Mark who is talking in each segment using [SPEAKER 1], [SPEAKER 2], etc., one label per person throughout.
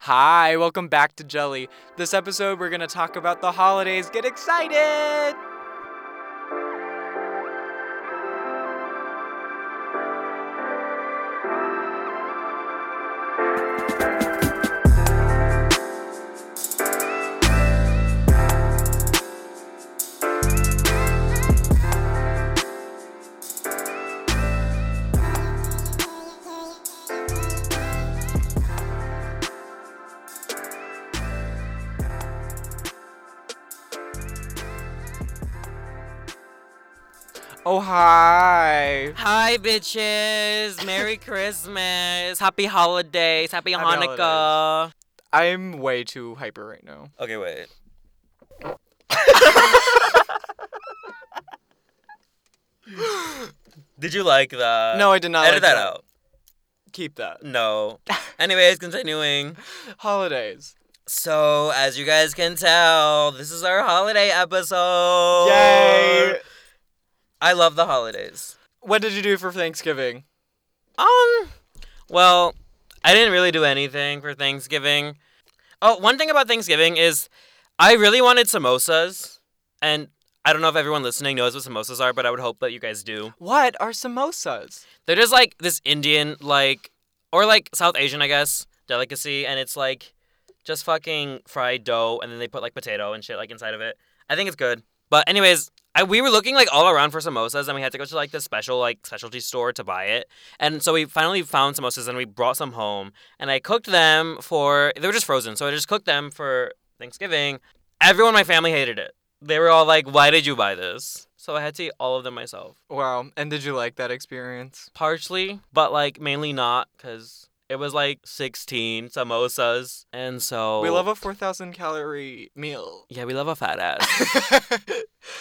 [SPEAKER 1] Hi, welcome back to Jelly. This episode, we're going to talk about the holidays. Get excited! Oh, hi.
[SPEAKER 2] Hi, bitches. Merry Christmas. Happy holidays. Happy,
[SPEAKER 1] Happy
[SPEAKER 2] Hanukkah.
[SPEAKER 1] I'm way too hyper right now.
[SPEAKER 2] Okay, wait. Did you like that?
[SPEAKER 1] No, I did not like
[SPEAKER 2] Uh, Edit that
[SPEAKER 1] that.
[SPEAKER 2] out.
[SPEAKER 1] Keep that.
[SPEAKER 2] No. Anyways, continuing.
[SPEAKER 1] Holidays.
[SPEAKER 2] So, as you guys can tell, this is our holiday episode.
[SPEAKER 1] Yay!
[SPEAKER 2] I love the holidays.
[SPEAKER 1] What did you do for Thanksgiving?
[SPEAKER 2] Um, well, I didn't really do anything for Thanksgiving. Oh, one thing about Thanksgiving is I really wanted samosas, and I don't know if everyone listening knows what samosas are, but I would hope that you guys do.
[SPEAKER 1] What are samosas?
[SPEAKER 2] They're just like this Indian, like, or like South Asian, I guess, delicacy, and it's like just fucking fried dough, and then they put like potato and shit like inside of it. I think it's good. But anyways, I, we were looking like all around for samosas, and we had to go to like this special like specialty store to buy it. And so we finally found samosas, and we brought some home, and I cooked them for they were just frozen, so I just cooked them for Thanksgiving. Everyone in my family hated it. They were all like, "Why did you buy this?" So I had to eat all of them myself
[SPEAKER 1] Wow. And did you like that experience?
[SPEAKER 2] partially, but like mainly not because it was like 16 samosas, and so
[SPEAKER 1] We love a 4,000 calorie meal.
[SPEAKER 2] yeah, we love a fat ass.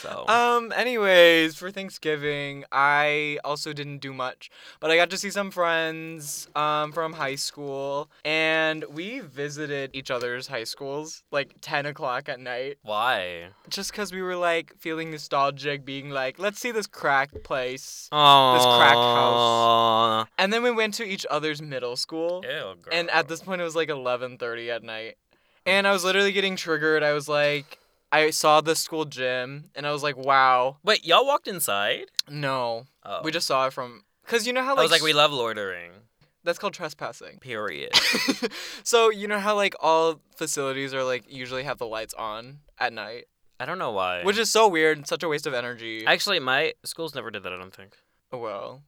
[SPEAKER 2] So
[SPEAKER 1] Um, anyways, for Thanksgiving, I also didn't do much, but I got to see some friends um from high school and we visited each other's high schools like 10 o'clock at night
[SPEAKER 2] why?
[SPEAKER 1] just because we were like feeling nostalgic, being like, let's see this crack place.
[SPEAKER 2] Oh,
[SPEAKER 1] crack house. And then we went to each other's middle school.
[SPEAKER 2] Ew, girl.
[SPEAKER 1] And at this point, it was like 11:30 at night, and I was literally getting triggered. I was like, I saw the school gym, and I was like, "Wow,
[SPEAKER 2] wait, y'all walked inside?
[SPEAKER 1] no,
[SPEAKER 2] Oh,
[SPEAKER 1] we just saw it from." Cause you know how
[SPEAKER 2] I
[SPEAKER 1] like,
[SPEAKER 2] was like,
[SPEAKER 1] s-
[SPEAKER 2] we love loitering.
[SPEAKER 1] that's called trespassing.
[SPEAKER 2] Period.
[SPEAKER 1] so you know how like all facilities are like usually have the lights on at night,
[SPEAKER 2] I don't know why.
[SPEAKER 1] which is so weird and such a waste of energy.
[SPEAKER 2] actually my schools never did that. I don't think.
[SPEAKER 1] Oh, well.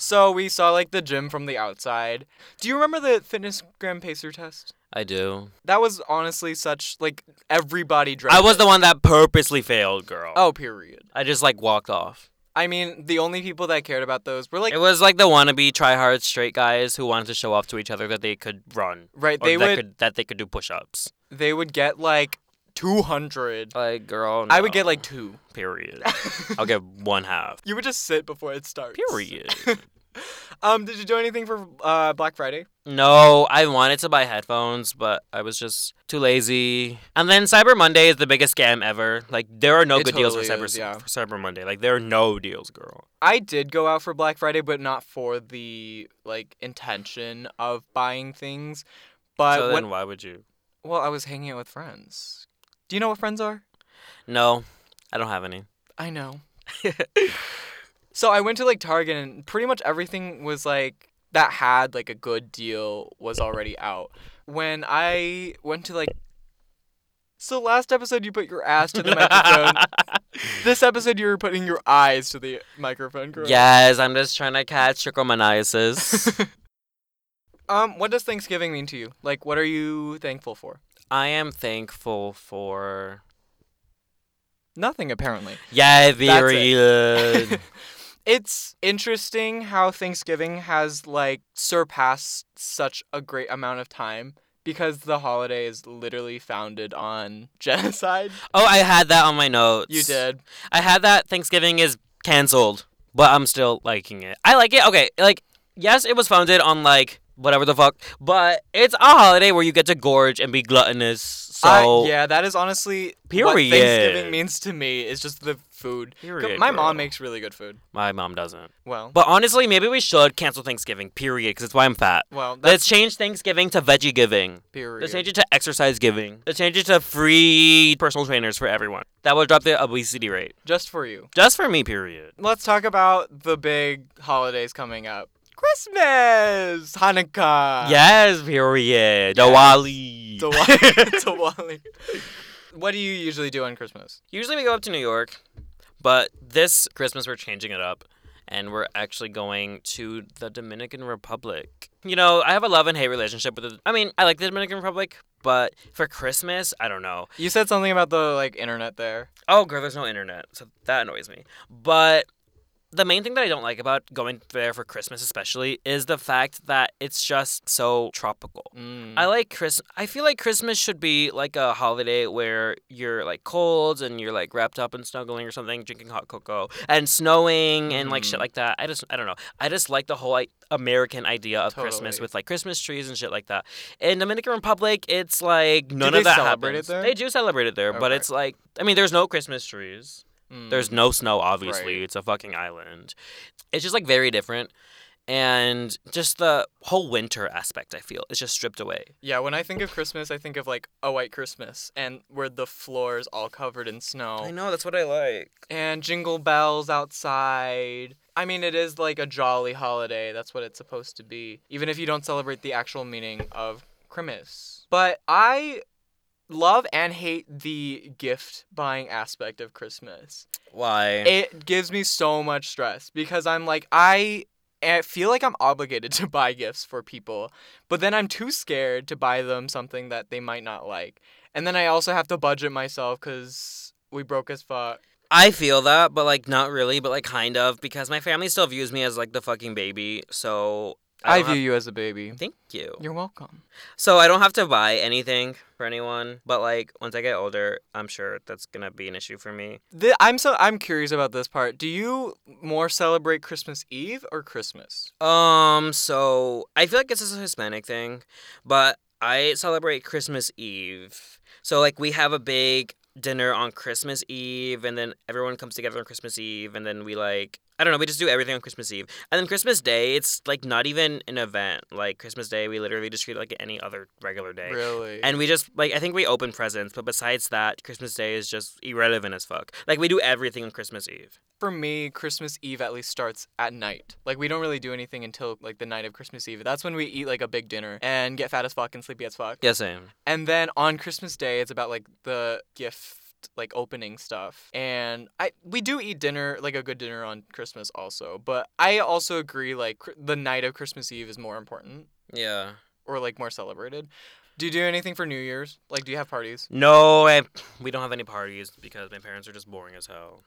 [SPEAKER 1] So we saw like the gym from the outside. Do you remember the fitness gram pacer test?
[SPEAKER 2] I do.
[SPEAKER 1] That was honestly such like everybody dreaded.
[SPEAKER 2] I was
[SPEAKER 1] it.
[SPEAKER 2] the one that purposely failed, girl.
[SPEAKER 1] Oh, period.
[SPEAKER 2] I just like walked off.
[SPEAKER 1] I mean, the only people that cared about those were like
[SPEAKER 2] it was like the wannabe tryhard straight guys who wanted to show off to each other that they could run
[SPEAKER 1] right.
[SPEAKER 2] or
[SPEAKER 1] They
[SPEAKER 2] Oh, that
[SPEAKER 1] would
[SPEAKER 2] could that they could Oh, do push-ups.
[SPEAKER 1] they would get like two hundred.
[SPEAKER 2] Like girl,
[SPEAKER 1] I would get like two.
[SPEAKER 2] period. I'll get one half.
[SPEAKER 1] You would just sit before it starts.
[SPEAKER 2] Period.
[SPEAKER 1] Um, did you do anything for uh, Black Friday?
[SPEAKER 2] no, I wanted to buy headphones, but I was just too lazy. And then Cyber Monday is the biggest scam ever. Like there are no
[SPEAKER 1] It
[SPEAKER 2] good deals for
[SPEAKER 1] totally
[SPEAKER 2] Cyber
[SPEAKER 1] is, yeah.
[SPEAKER 2] for Cyber Monday. Like there are no deals, girl.
[SPEAKER 1] I did go out for Black Friday, but not for the like intention of buying things. But
[SPEAKER 2] so
[SPEAKER 1] when
[SPEAKER 2] then why would you?
[SPEAKER 1] Well, I was hanging out with friends. Do you know what friends are?
[SPEAKER 2] No, I don't have any.
[SPEAKER 1] I know. so I went to like Target and pretty much everything was like that had like a good deal was already out. When I went to like so last episode you put your ass to the microphone. this episode you were putting your eyes to the microphone, correct?
[SPEAKER 2] yes, I'm just trying to catch trichomoniasis.
[SPEAKER 1] Um, what does Thanksgiving mean to you? Like what are you thankful for?
[SPEAKER 2] I am thankful for
[SPEAKER 1] Nothing apparently.
[SPEAKER 2] Yeah,
[SPEAKER 1] it.
[SPEAKER 2] period.
[SPEAKER 1] it's interesting how Thanksgiving has like surpassed such a great amount of time because the holiday is literally founded on genocide.
[SPEAKER 2] oh, I had that on my notes.
[SPEAKER 1] You did.
[SPEAKER 2] I had that Thanksgiving is canceled, but I'm still liking it. I like it. Okay, like yes, it was founded on like whatever the fuck, but it's a holiday where you get to gorge and be gluttonous.
[SPEAKER 1] I-
[SPEAKER 2] So
[SPEAKER 1] yeah, that is honestly
[SPEAKER 2] Period.
[SPEAKER 1] what Thanksgiving means to me is just the food. Co-
[SPEAKER 2] Period,
[SPEAKER 1] My
[SPEAKER 2] girl.
[SPEAKER 1] mom makes really good food.
[SPEAKER 2] my mom doesn't.
[SPEAKER 1] Well,
[SPEAKER 2] But honestly, maybe we should cancel Thanksgiving. Period. Because it's why I'm fat.
[SPEAKER 1] well, that's
[SPEAKER 2] Let's change Thanksgiving to veggie giving.
[SPEAKER 1] period.
[SPEAKER 2] Let's change it to exercise giving. Let's change it to free personal trainers for everyone. That will drop the obesity rate.
[SPEAKER 1] Just for you.
[SPEAKER 2] Just for me, period.
[SPEAKER 1] Let's talk about the big holidays coming up. Christmas, Hanukkah.
[SPEAKER 2] yes, period. Diwali.
[SPEAKER 1] Uh, Diwali. Diwali. What do you usually do on Christmas?
[SPEAKER 2] Usually we go up to New York, but this Christmas we're changing it up and we're actually going to the Dominican Republic. You know, I have a love and hate relationship with the I mean, I like the Dominican Republic, but for Christmas, I don't know.
[SPEAKER 1] You said something about the like internet there.
[SPEAKER 2] Oh, girl, there's no internet, so that annoys me. But the main thing that I don't like about going there for Christmas, especially, is the fact that it's just so tropical.
[SPEAKER 1] Mm.
[SPEAKER 2] I like Chris. I feel like Christmas should be like a holiday where you're like cold and you're like wrapped up and snuggling or something, drinking hot cocoa and snowing and like shit
[SPEAKER 1] Mhm.
[SPEAKER 2] like that. I just I don't know. I just like the whole like, American idea of Christmas
[SPEAKER 1] Totally.
[SPEAKER 2] with like Christmas trees and shit like that. In Dominican Republic, it's like none
[SPEAKER 1] they
[SPEAKER 2] of that
[SPEAKER 1] celebrate it
[SPEAKER 2] happens.
[SPEAKER 1] there?
[SPEAKER 2] They do celebrate it there, but
[SPEAKER 1] Okay.
[SPEAKER 2] it's like I mean, there's no Christmas trees.
[SPEAKER 1] Mm.
[SPEAKER 2] There's no snow, obviously.
[SPEAKER 1] Right.
[SPEAKER 2] It's a fucking island. It's just like very different. And just the whole winter aspect, I feel, is just stripped away.
[SPEAKER 1] Yeah, when I think of Christmas, I think of like a white Christmas and where the floor is all covered in snow
[SPEAKER 2] know that's what I like.
[SPEAKER 1] and jingle bells outside. I mean, it is like a jolly holiday. That's what it's supposed to be, even if you don't celebrate the actual meaning of Christmas. But I love and hate the gift buying aspect of Christmas.
[SPEAKER 2] Why?
[SPEAKER 1] It gives me so much stress because I'm like, I. I feel like I'm obligated to buy gifts for people, but then I'm too scared to buy them something that they might not like. And then I also have to budget myself because we broke as fuck.
[SPEAKER 2] I feel that, but like not really, but like kind of because my family still views me as like the fucking baby. So
[SPEAKER 1] I,
[SPEAKER 2] don't
[SPEAKER 1] view you as a baby.
[SPEAKER 2] have- Thank you.
[SPEAKER 1] You're welcome.
[SPEAKER 2] So I don't have to buy anything for anyone, but like once I get older, I'm sure that's gonna be an issue for me.
[SPEAKER 1] The, I'm so I'm curious about this part. Do you more celebrate Christmas Eve or Christmas?
[SPEAKER 2] Um, so I feel like it's just a Hispanic thing, but I celebrate Christmas Eve. So like we have a big dinner on Christmas Eve and then everyone comes together on Christmas Eve and then we like I don't know, we just do everything on Christmas Eve. And then Christmas Day, it's like not even an event. Like Christmas Day, we literally just treat it like any other regular day.
[SPEAKER 1] Really?
[SPEAKER 2] And we just like I think we open presents, but besides that, Christmas Day is just irrelevant as fuck. Like we do everything on Christmas Eve.
[SPEAKER 1] for me, Christmas Eve at least starts at night. Like we don't really do anything until like the night of Christmas Eve. That's when we eat like a big dinner and get fat as fuck and sleepy as fuck.
[SPEAKER 2] Yeah, same.
[SPEAKER 1] And then on Christmas Day, it's about like the gift like opening stuff. And I we do eat dinner like a good dinner on Christmas also, but I also agree like cr- the night of Christmas Eve is more important
[SPEAKER 2] Yeah.
[SPEAKER 1] or like more celebrated. Do you do anything for New Year's? Like do you have parties?
[SPEAKER 2] No, I, we don't have any parties because my parents are just boring as hell.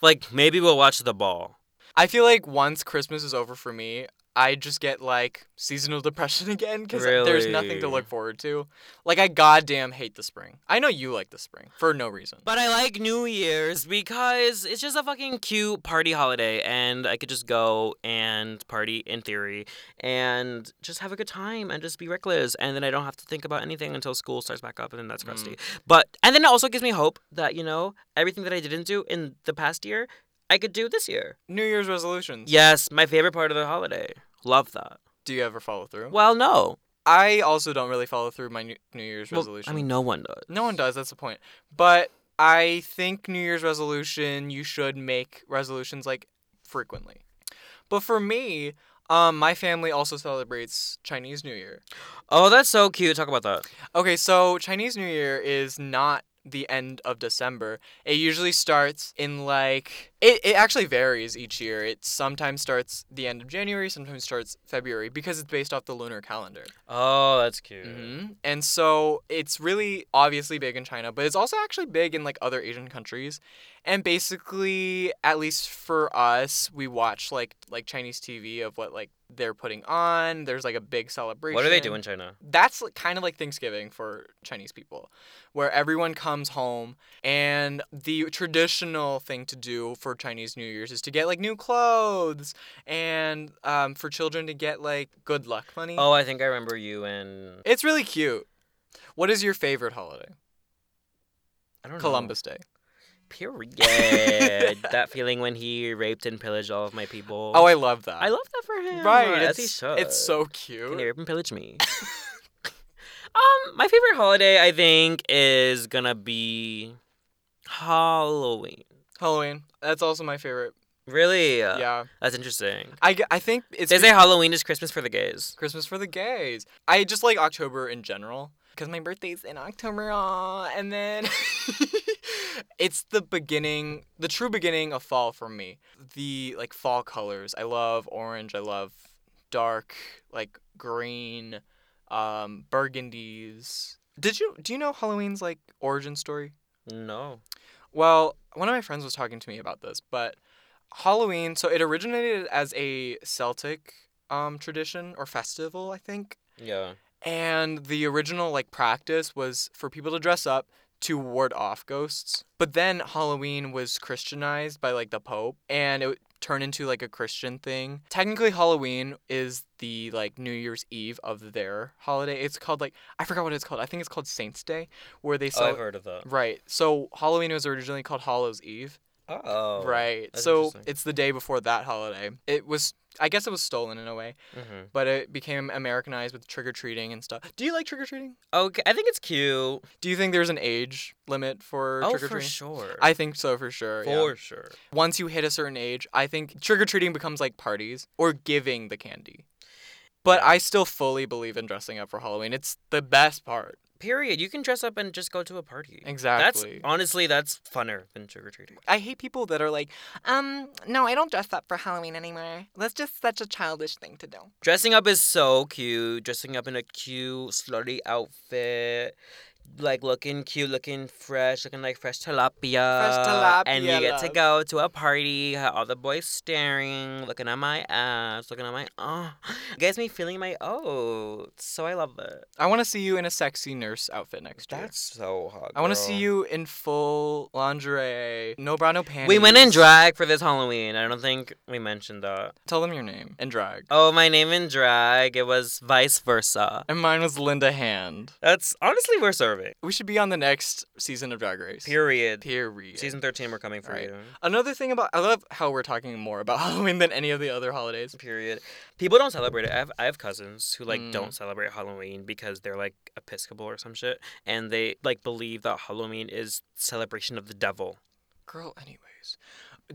[SPEAKER 2] Like maybe we'll watch the ball.
[SPEAKER 1] I feel like once Christmas is over for me, I just get like seasonal depression again because there's nothing to
[SPEAKER 2] Really?
[SPEAKER 1] look forward to. Like I goddamn hate the spring. I know you like the spring for no reason.
[SPEAKER 2] But I like New Year's because it's just a fucking cute party holiday and I could just go and party in theory and just have a good time and just be reckless and then I don't have to think about anything until school starts back up and then that's
[SPEAKER 1] Mm.
[SPEAKER 2] crusty. But and then it also gives me hope that, you know, everything that I didn't do in the past year, I could do this year.
[SPEAKER 1] New Year's resolutions.
[SPEAKER 2] Yes, my favorite part of the holiday. Love that.
[SPEAKER 1] Do you ever follow through?
[SPEAKER 2] Well, no.
[SPEAKER 1] I also don't really follow through my New New Year's
[SPEAKER 2] Well,
[SPEAKER 1] resolution.
[SPEAKER 2] I mean, no one does.
[SPEAKER 1] no one does. That's the point. But I think New Year's resolution, you should make resolutions like frequently. But for me, um, my family also celebrates Chinese New Year.
[SPEAKER 2] Oh, that's so cute. Talk about that.
[SPEAKER 1] Okay, so Chinese New Year is not the end of December. It usually starts in like it, it actually varies each year. It sometimes starts the end of January, sometimes starts February because it's based off the lunar calendar.
[SPEAKER 2] Oh, that's cute.
[SPEAKER 1] hmm And so it's really obviously big in China, but it's also actually big in like other Asian countries. And basically, at least for us, we watch like like Chinese TV of what like they're putting on. There's like a big celebration
[SPEAKER 2] What do they do in China?
[SPEAKER 1] that's like- kind of like Thanksgiving for Chinese people, where everyone comes home and the traditional thing to do for Chinese New Year's is to get like new clothes and um, for children to get like good luck money.
[SPEAKER 2] Oh, I think I remember you and
[SPEAKER 1] It's really cute. What is your favorite holiday?
[SPEAKER 2] I don't know.
[SPEAKER 1] Columbus Day.
[SPEAKER 2] Period. that feeling when he raped and pillaged all of my people.
[SPEAKER 1] Oh, I love that.
[SPEAKER 2] I love that for him.
[SPEAKER 1] Right.
[SPEAKER 2] As he
[SPEAKER 1] It's,
[SPEAKER 2] should.
[SPEAKER 1] it's so
[SPEAKER 2] Can
[SPEAKER 1] cute.
[SPEAKER 2] you rape and pillage me? um, my favorite holiday I think is gonna be Halloween.
[SPEAKER 1] Halloween. That's also my favorite.
[SPEAKER 2] Really?
[SPEAKER 1] yeah.
[SPEAKER 2] That's interesting.
[SPEAKER 1] I, g- I think it's
[SPEAKER 2] they say Halloween is Christmas for the gays.
[SPEAKER 1] Christmas for the gays. I just like October in general because my birthday's in October, aw, and then it's the beginning, the true beginning of fall for me. The like fall colors. I love orange. I love dark, like green, um, burgundies. Did you do you know Halloween's like origin story?
[SPEAKER 2] No.
[SPEAKER 1] Well, one of my friends was talking to me about this, but Halloween, so it originated as a Celtic um, tradition or festival, I think.
[SPEAKER 2] Yeah.
[SPEAKER 1] And the original like practice was for people to dress up to ward off ghosts. But then Halloween was Christianized by like the Pope and it turned into like a Christian thing. Technically Halloween is the like New Year's Eve of their holiday. It's called like I forgot what it's called. I think it's called Saints Day where they celebrate
[SPEAKER 2] Oh, heard of that.
[SPEAKER 1] Right. So Halloween was originally called Hallows Eve.
[SPEAKER 2] Oh.
[SPEAKER 1] right.
[SPEAKER 2] that's
[SPEAKER 1] So
[SPEAKER 2] interesting.
[SPEAKER 1] it's the day before that holiday. It was I guess it was stolen in a way,
[SPEAKER 2] hmm
[SPEAKER 1] but it became Americanized with trick or treating and stuff. Do you like trick or treating?
[SPEAKER 2] Okay. I think it's cute.
[SPEAKER 1] Do you think there's an age limit for
[SPEAKER 2] Oh,
[SPEAKER 1] trick or
[SPEAKER 2] for
[SPEAKER 1] treating?
[SPEAKER 2] sure.
[SPEAKER 1] I think so for sure. yeah.
[SPEAKER 2] for sure.
[SPEAKER 1] Once you hit a certain age, I think trick or treating becomes like parties or giving the candy. But
[SPEAKER 2] Yeah.
[SPEAKER 1] I still fully believe in dressing up for Halloween. It's the best part.
[SPEAKER 2] Period. You can dress up and just go to a party.
[SPEAKER 1] Exactly.
[SPEAKER 2] That's honestly that's funner than trick or treating.
[SPEAKER 1] I hate people that are like, um, no, I don't dress up for Halloween anymore. That's just such a childish thing to do.
[SPEAKER 2] Dressing up is so cute. Dressing up in a cute, slutty outfit. Like looking cute, looking fresh, looking like fresh tilapia. And you
[SPEAKER 1] tilapia,
[SPEAKER 2] get to
[SPEAKER 1] love.
[SPEAKER 2] go to a party, have all the boys staring, looking at my ass, looking at my oh. Gets me feeling my oats. So I love it.
[SPEAKER 1] I want to see you in a sexy nurse outfit next year.
[SPEAKER 2] That's so hot.
[SPEAKER 1] I want to
[SPEAKER 2] girl.
[SPEAKER 1] see you in full lingerie, no bra, no panties.
[SPEAKER 2] We went in drag for this Halloween. I don't think we mentioned that.
[SPEAKER 1] Tell them your name and drag.
[SPEAKER 2] Oh, my name in drag. It was vice versa.
[SPEAKER 1] And mine was Linda Hand.
[SPEAKER 2] That's honestly we're serving.
[SPEAKER 1] We should be on the next season of Drag Race.
[SPEAKER 2] Period.
[SPEAKER 1] Period.
[SPEAKER 2] Season 13, we're coming for
[SPEAKER 1] Right.
[SPEAKER 2] you.
[SPEAKER 1] Another thing about I love how we're talking more about Halloween than any of the other holidays.
[SPEAKER 2] Period. People don't celebrate it. I have, I have cousins who like
[SPEAKER 1] Mm.
[SPEAKER 2] don't celebrate Halloween because they're like Episcopal or some shit, and they like believe that Halloween is celebration of the devil.
[SPEAKER 1] Girl, anyways.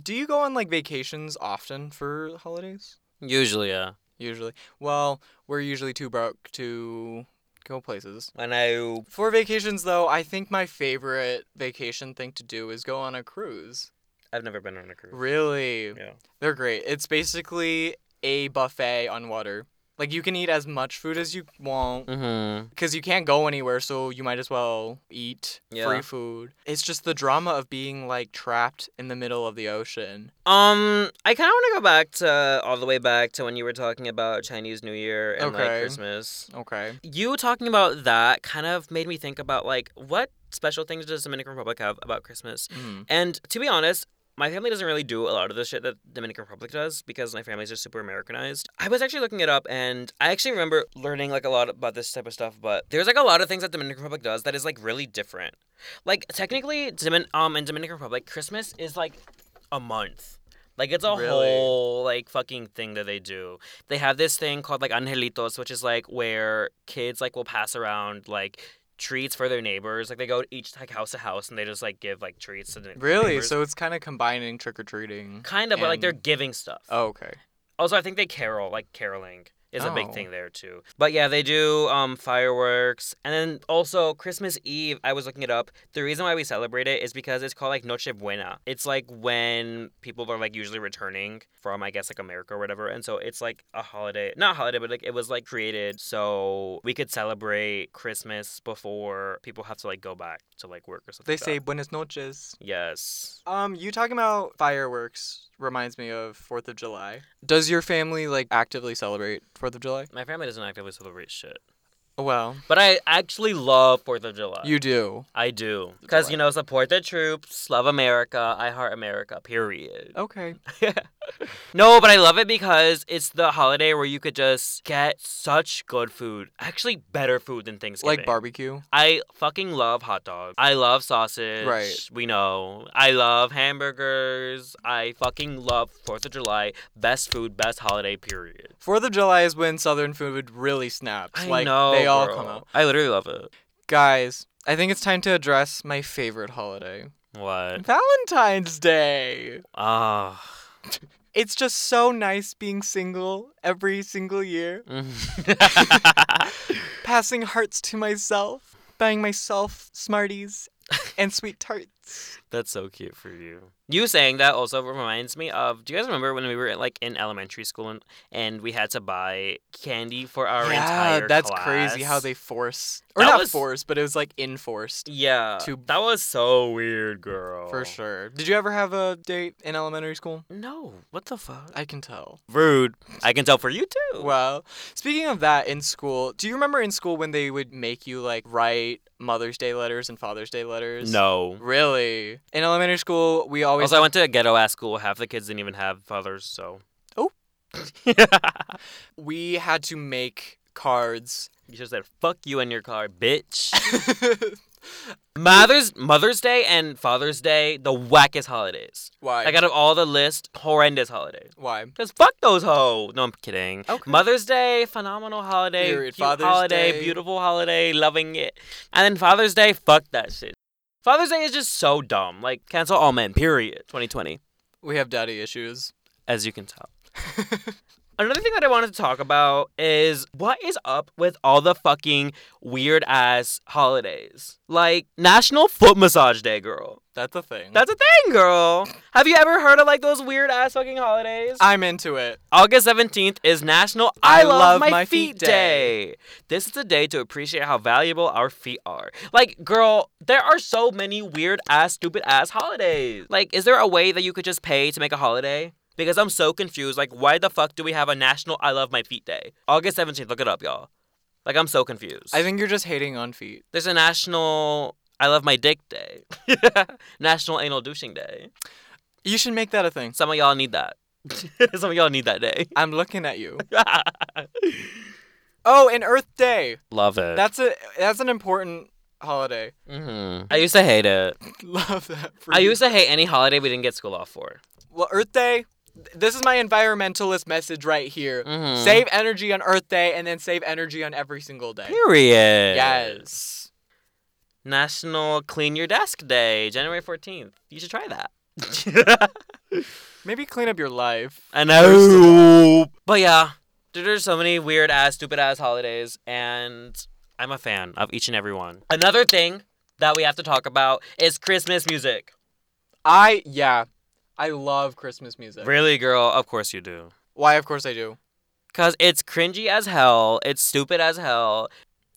[SPEAKER 1] Do you go on like vacations often for holidays?
[SPEAKER 2] Usually, yeah.
[SPEAKER 1] Usually. Well, we're usually too broke to go places.
[SPEAKER 2] And I
[SPEAKER 1] For vacations, though, I think my favorite vacation thing to do is go on a cruise.
[SPEAKER 2] I've never been on a cruise.
[SPEAKER 1] Really?
[SPEAKER 2] Yeah.
[SPEAKER 1] They're great. It's basically a buffet on water. Like, you can eat as much food as you want
[SPEAKER 2] Mm-hmm.
[SPEAKER 1] because you can't go anywhere, so you might as well eat
[SPEAKER 2] Yeah.
[SPEAKER 1] free food. It's just the drama of being, like, trapped in the middle of the ocean.
[SPEAKER 2] Um, I kind of want to go back to all the way back to when you were talking about Chinese New Year and like
[SPEAKER 1] Okay.
[SPEAKER 2] Christmas.
[SPEAKER 1] Okay.
[SPEAKER 2] You talking about that kind of made me think about like what special things does Dominican Republic have about Christmas?
[SPEAKER 1] Mhm.
[SPEAKER 2] And to be honest, my family doesn't really do a lot of the shit that Dominican Republic does because my family's just super Americanized. I was actually looking it up and I actually remember learning like a lot about this type of stuff, but there's like a lot of things that Dominican Republic does that is like really different. Like technically Domin- um in Dominican Republic, Christmas is like a month. Like it's a
[SPEAKER 1] Really?
[SPEAKER 2] whole like fucking thing that they do. They have this thing called like angelitos, which is like where kids like will pass around like treats for their neighbors. Like they go each like house to house and they just like give like treats to the
[SPEAKER 1] Really?
[SPEAKER 2] neighbors.
[SPEAKER 1] So it's kind of combining trick or treating.
[SPEAKER 2] kind of, but like they're
[SPEAKER 1] and-
[SPEAKER 2] giving stuff.
[SPEAKER 1] Oh, okay.
[SPEAKER 2] Also, I think they carol, like caroling is a big
[SPEAKER 1] Oh.
[SPEAKER 2] thing there too. But yeah, they do um, fireworks. And then also Christmas Eve, I was looking it up. The reason why we celebrate it is because it's called like Noche Buena. It's like when people are like usually returning from, I guess, like America or whatever. And so it's like a holiday, not a holiday, but like it was like created so we could celebrate Christmas before people have to like go back to like work or something.
[SPEAKER 1] They
[SPEAKER 2] like
[SPEAKER 1] say
[SPEAKER 2] that.
[SPEAKER 1] buenas noches.
[SPEAKER 2] yes.
[SPEAKER 1] Um, you talking about fireworks reminds me of Fourth of July. Does your family like actively celebrate Fourth of July?
[SPEAKER 2] My family doesn't actively celebrate shit.
[SPEAKER 1] Well,
[SPEAKER 2] But I actually love 4th of July.
[SPEAKER 1] you do.
[SPEAKER 2] I do. Because, you know, support the troops, love America, I heart America, period.
[SPEAKER 1] Okay.
[SPEAKER 2] No, but I love it because it's the holiday where you could just get such good food. Actually, better food than Thanksgiving.
[SPEAKER 1] Like barbecue.
[SPEAKER 2] I fucking love hot dogs. I love sausage.
[SPEAKER 1] Right.
[SPEAKER 2] We know. I love hamburgers. I fucking love 4th of July. Best food, best holiday, period.
[SPEAKER 1] Fourth of July is when Southern food really snaps.
[SPEAKER 2] I
[SPEAKER 1] like
[SPEAKER 2] know.
[SPEAKER 1] they all
[SPEAKER 2] girl.
[SPEAKER 1] come out.
[SPEAKER 2] I literally love it.
[SPEAKER 1] Guys, I think it's time to address my favorite holiday.
[SPEAKER 2] What?
[SPEAKER 1] Valentine's Day.
[SPEAKER 2] Ah.
[SPEAKER 1] It's just so nice being single every single year. Passing hearts to myself, buying myself Smarties and sweet tarts.
[SPEAKER 2] That's so cute for you. You saying that also reminds me of. Do you guys remember when we were like in elementary school and, and we had to buy candy for our
[SPEAKER 1] yeah,
[SPEAKER 2] entire
[SPEAKER 1] that's crazy how
[SPEAKER 2] class?
[SPEAKER 1] they force or
[SPEAKER 2] That
[SPEAKER 1] not
[SPEAKER 2] was-
[SPEAKER 1] force, but it was like enforced
[SPEAKER 2] Yeah,
[SPEAKER 1] to-
[SPEAKER 2] that was so weird, girl.
[SPEAKER 1] for sure. Did you ever have a date in elementary school?
[SPEAKER 2] No, what the fuck?
[SPEAKER 1] I can tell.
[SPEAKER 2] Rude. I can tell for you too.
[SPEAKER 1] Well, speaking of that, in school, do you remember in school when they would make you like write Mother's Day letters and Father's Day letters?
[SPEAKER 2] no.
[SPEAKER 1] Really? In elementary school, we always
[SPEAKER 2] Also, I went to a ghetto ass school. Half the kids didn't even have fathers, so.
[SPEAKER 1] Oh.
[SPEAKER 2] you
[SPEAKER 1] we had to make cards.
[SPEAKER 2] should have said "fuck you" in your car, bitch. Mother's Mother's Day and Father's Day, the wackest holidays.
[SPEAKER 1] Why?
[SPEAKER 2] Like out of all the list, horrendous holidays.
[SPEAKER 1] Why?
[SPEAKER 2] Just fuck those hoes. No, I'm kidding.
[SPEAKER 1] Okay.
[SPEAKER 2] Mother's Day, phenomenal holiday,
[SPEAKER 1] Period.
[SPEAKER 2] cute
[SPEAKER 1] Father's
[SPEAKER 2] holiday,
[SPEAKER 1] Day.
[SPEAKER 2] beautiful holiday, loving it. And then Father's Day, fuck that shit. Father's Day is just so dumb. Like cancel all men. Period. 2020,
[SPEAKER 1] We have daddy issues.
[SPEAKER 2] as you can tell. Another thing that I wanted to talk about is what is up with all the fucking weird ass holidays? Like National Foot Massage Day, girl.
[SPEAKER 1] That's a thing.
[SPEAKER 2] That's a thing, girl. Have you ever heard of like those weird ass fucking holidays?
[SPEAKER 1] I'm into it.
[SPEAKER 2] August 17th is National I, Love, My, Feet, Day. This is a day to appreciate how valuable our feet are. Like, girl, there are so many weird ass, stupid ass holidays. Like, is there a way that you could just pay to make a holiday? Because I'm so confused. Like, why the fuck do we have a National I Love My Feet Day? August 17th, look it up, y'all. Like, I'm so confused.
[SPEAKER 1] I think you're just hating on feet.
[SPEAKER 2] There's a National I Love My Dick Day, National Anal Douching Day.
[SPEAKER 1] You should make that a thing.
[SPEAKER 2] Some of y'all need that. Some of y'all need that day.
[SPEAKER 1] I'm looking at you. Oh, and Earth Day.
[SPEAKER 2] Love it.
[SPEAKER 1] That's a that's an important holiday.
[SPEAKER 2] hmm I used to hate it.
[SPEAKER 1] Love that. For
[SPEAKER 2] I
[SPEAKER 1] you.
[SPEAKER 2] used to hate any holiday we didn't get school off for.
[SPEAKER 1] well Earth Day. th- This is my environmentalist message right here.
[SPEAKER 2] Mhm.
[SPEAKER 1] Save energy on Earth Day and then save energy on every single day.
[SPEAKER 2] Period.
[SPEAKER 1] Yes.
[SPEAKER 2] National Clean Your Desk Day, January 14th. You should try that.
[SPEAKER 1] Maybe clean up your life.
[SPEAKER 2] I know. But yeah, there- there's so many weird ass, stupid ass holidays, and I'm a fan of each and every one. Another thing that we have to talk about is Christmas music.
[SPEAKER 1] I yeah. I love Christmas music.
[SPEAKER 2] Really, girl? Of course you do.
[SPEAKER 1] Why of course I do.
[SPEAKER 2] Cause it's cringy as hell. It's stupid as hell.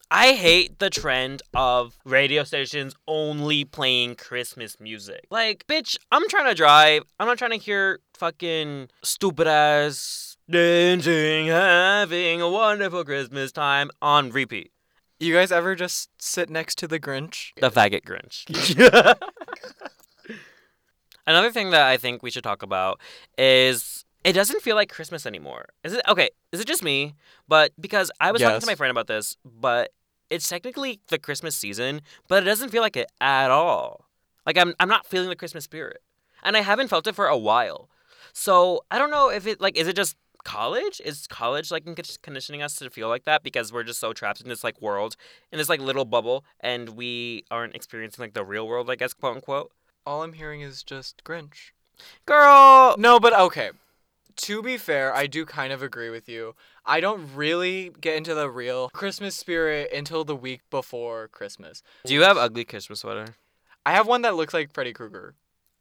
[SPEAKER 2] I hate the trend of radio stations only playing Christmas music. Like, bitch, I'm trying to drive. I'm not trying to hear fucking stupid ass dancing, having a wonderful Christmas time on repeat.
[SPEAKER 1] You guys ever just sit next to the Grinch?
[SPEAKER 2] The faggot Grinch. Another thing that I think we should talk about is it doesn't feel like Christmas anymore. Is it okay? Is it just me? But because I was talking
[SPEAKER 1] Yes.
[SPEAKER 2] to my friend about this, but it's technically the Christmas season, but it doesn't feel like it at all. Like I'm I'm not feeling the Christmas spirit. And I haven't felt it for a while. So, I don't know if it like is it just college? Is college like con- conditioning us to feel like that because we're just so trapped in this like world in this like little bubble and we aren't experiencing like the real world, I guess, quote unquote.
[SPEAKER 1] All I'm hearing is just Grinch.
[SPEAKER 2] Girl,
[SPEAKER 1] No, but okay. To be fair, I do kind of agree with you. I don't really get into the real Christmas spirit until the week before Christmas.
[SPEAKER 2] do you have ugly Christmas sweater?
[SPEAKER 1] I have one that looks like Freddy Krueger,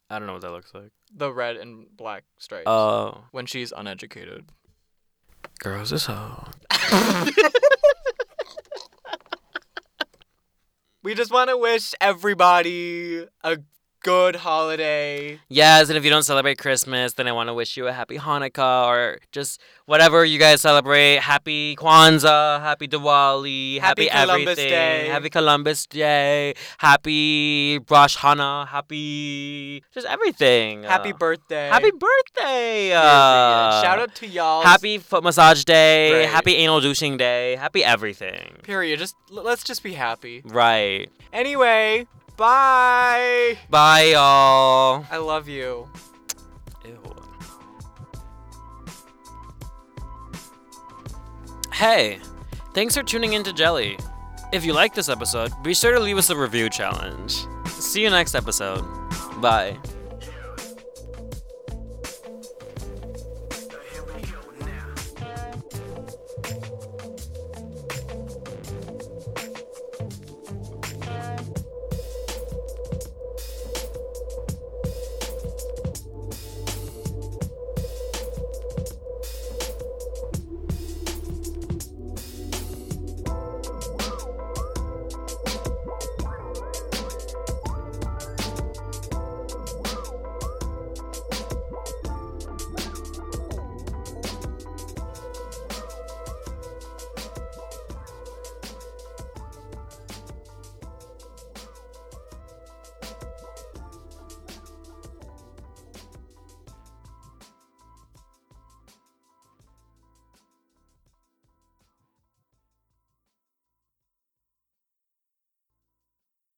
[SPEAKER 2] I don't know what that looks like.
[SPEAKER 1] the red and black stripes.
[SPEAKER 2] Oh,
[SPEAKER 1] when she's uneducated.
[SPEAKER 2] girls is hoe.
[SPEAKER 1] We just want to wish everybody a good holiday.
[SPEAKER 2] Yes, and if you don't celebrate Christmas, then I want to wish you a happy Hanukkah or just whatever you guys celebrate. Happy Kwanzaa, happy Diwali,
[SPEAKER 1] Happy
[SPEAKER 2] happy,
[SPEAKER 1] Columbus
[SPEAKER 2] everything.
[SPEAKER 1] Day.
[SPEAKER 2] Happy Columbus Day, happy Rosh Hashanah, happy just everything.
[SPEAKER 1] Happy
[SPEAKER 2] Uh,
[SPEAKER 1] birthday.
[SPEAKER 2] happy birthday. uh,
[SPEAKER 1] Period. Shout out to y'all.
[SPEAKER 2] Happy foot massage day,
[SPEAKER 1] Right.
[SPEAKER 2] happy anal douching day, happy everything.
[SPEAKER 1] Period. Just l- let's just be happy.
[SPEAKER 2] Right.
[SPEAKER 1] Anyway, bye.
[SPEAKER 2] Bye, y'all.
[SPEAKER 1] I love you.
[SPEAKER 2] Ew. Hey, thanks for tuning in to Jelly. If you like this episode, be sure to leave us a review challenge. See you next episode. Bye.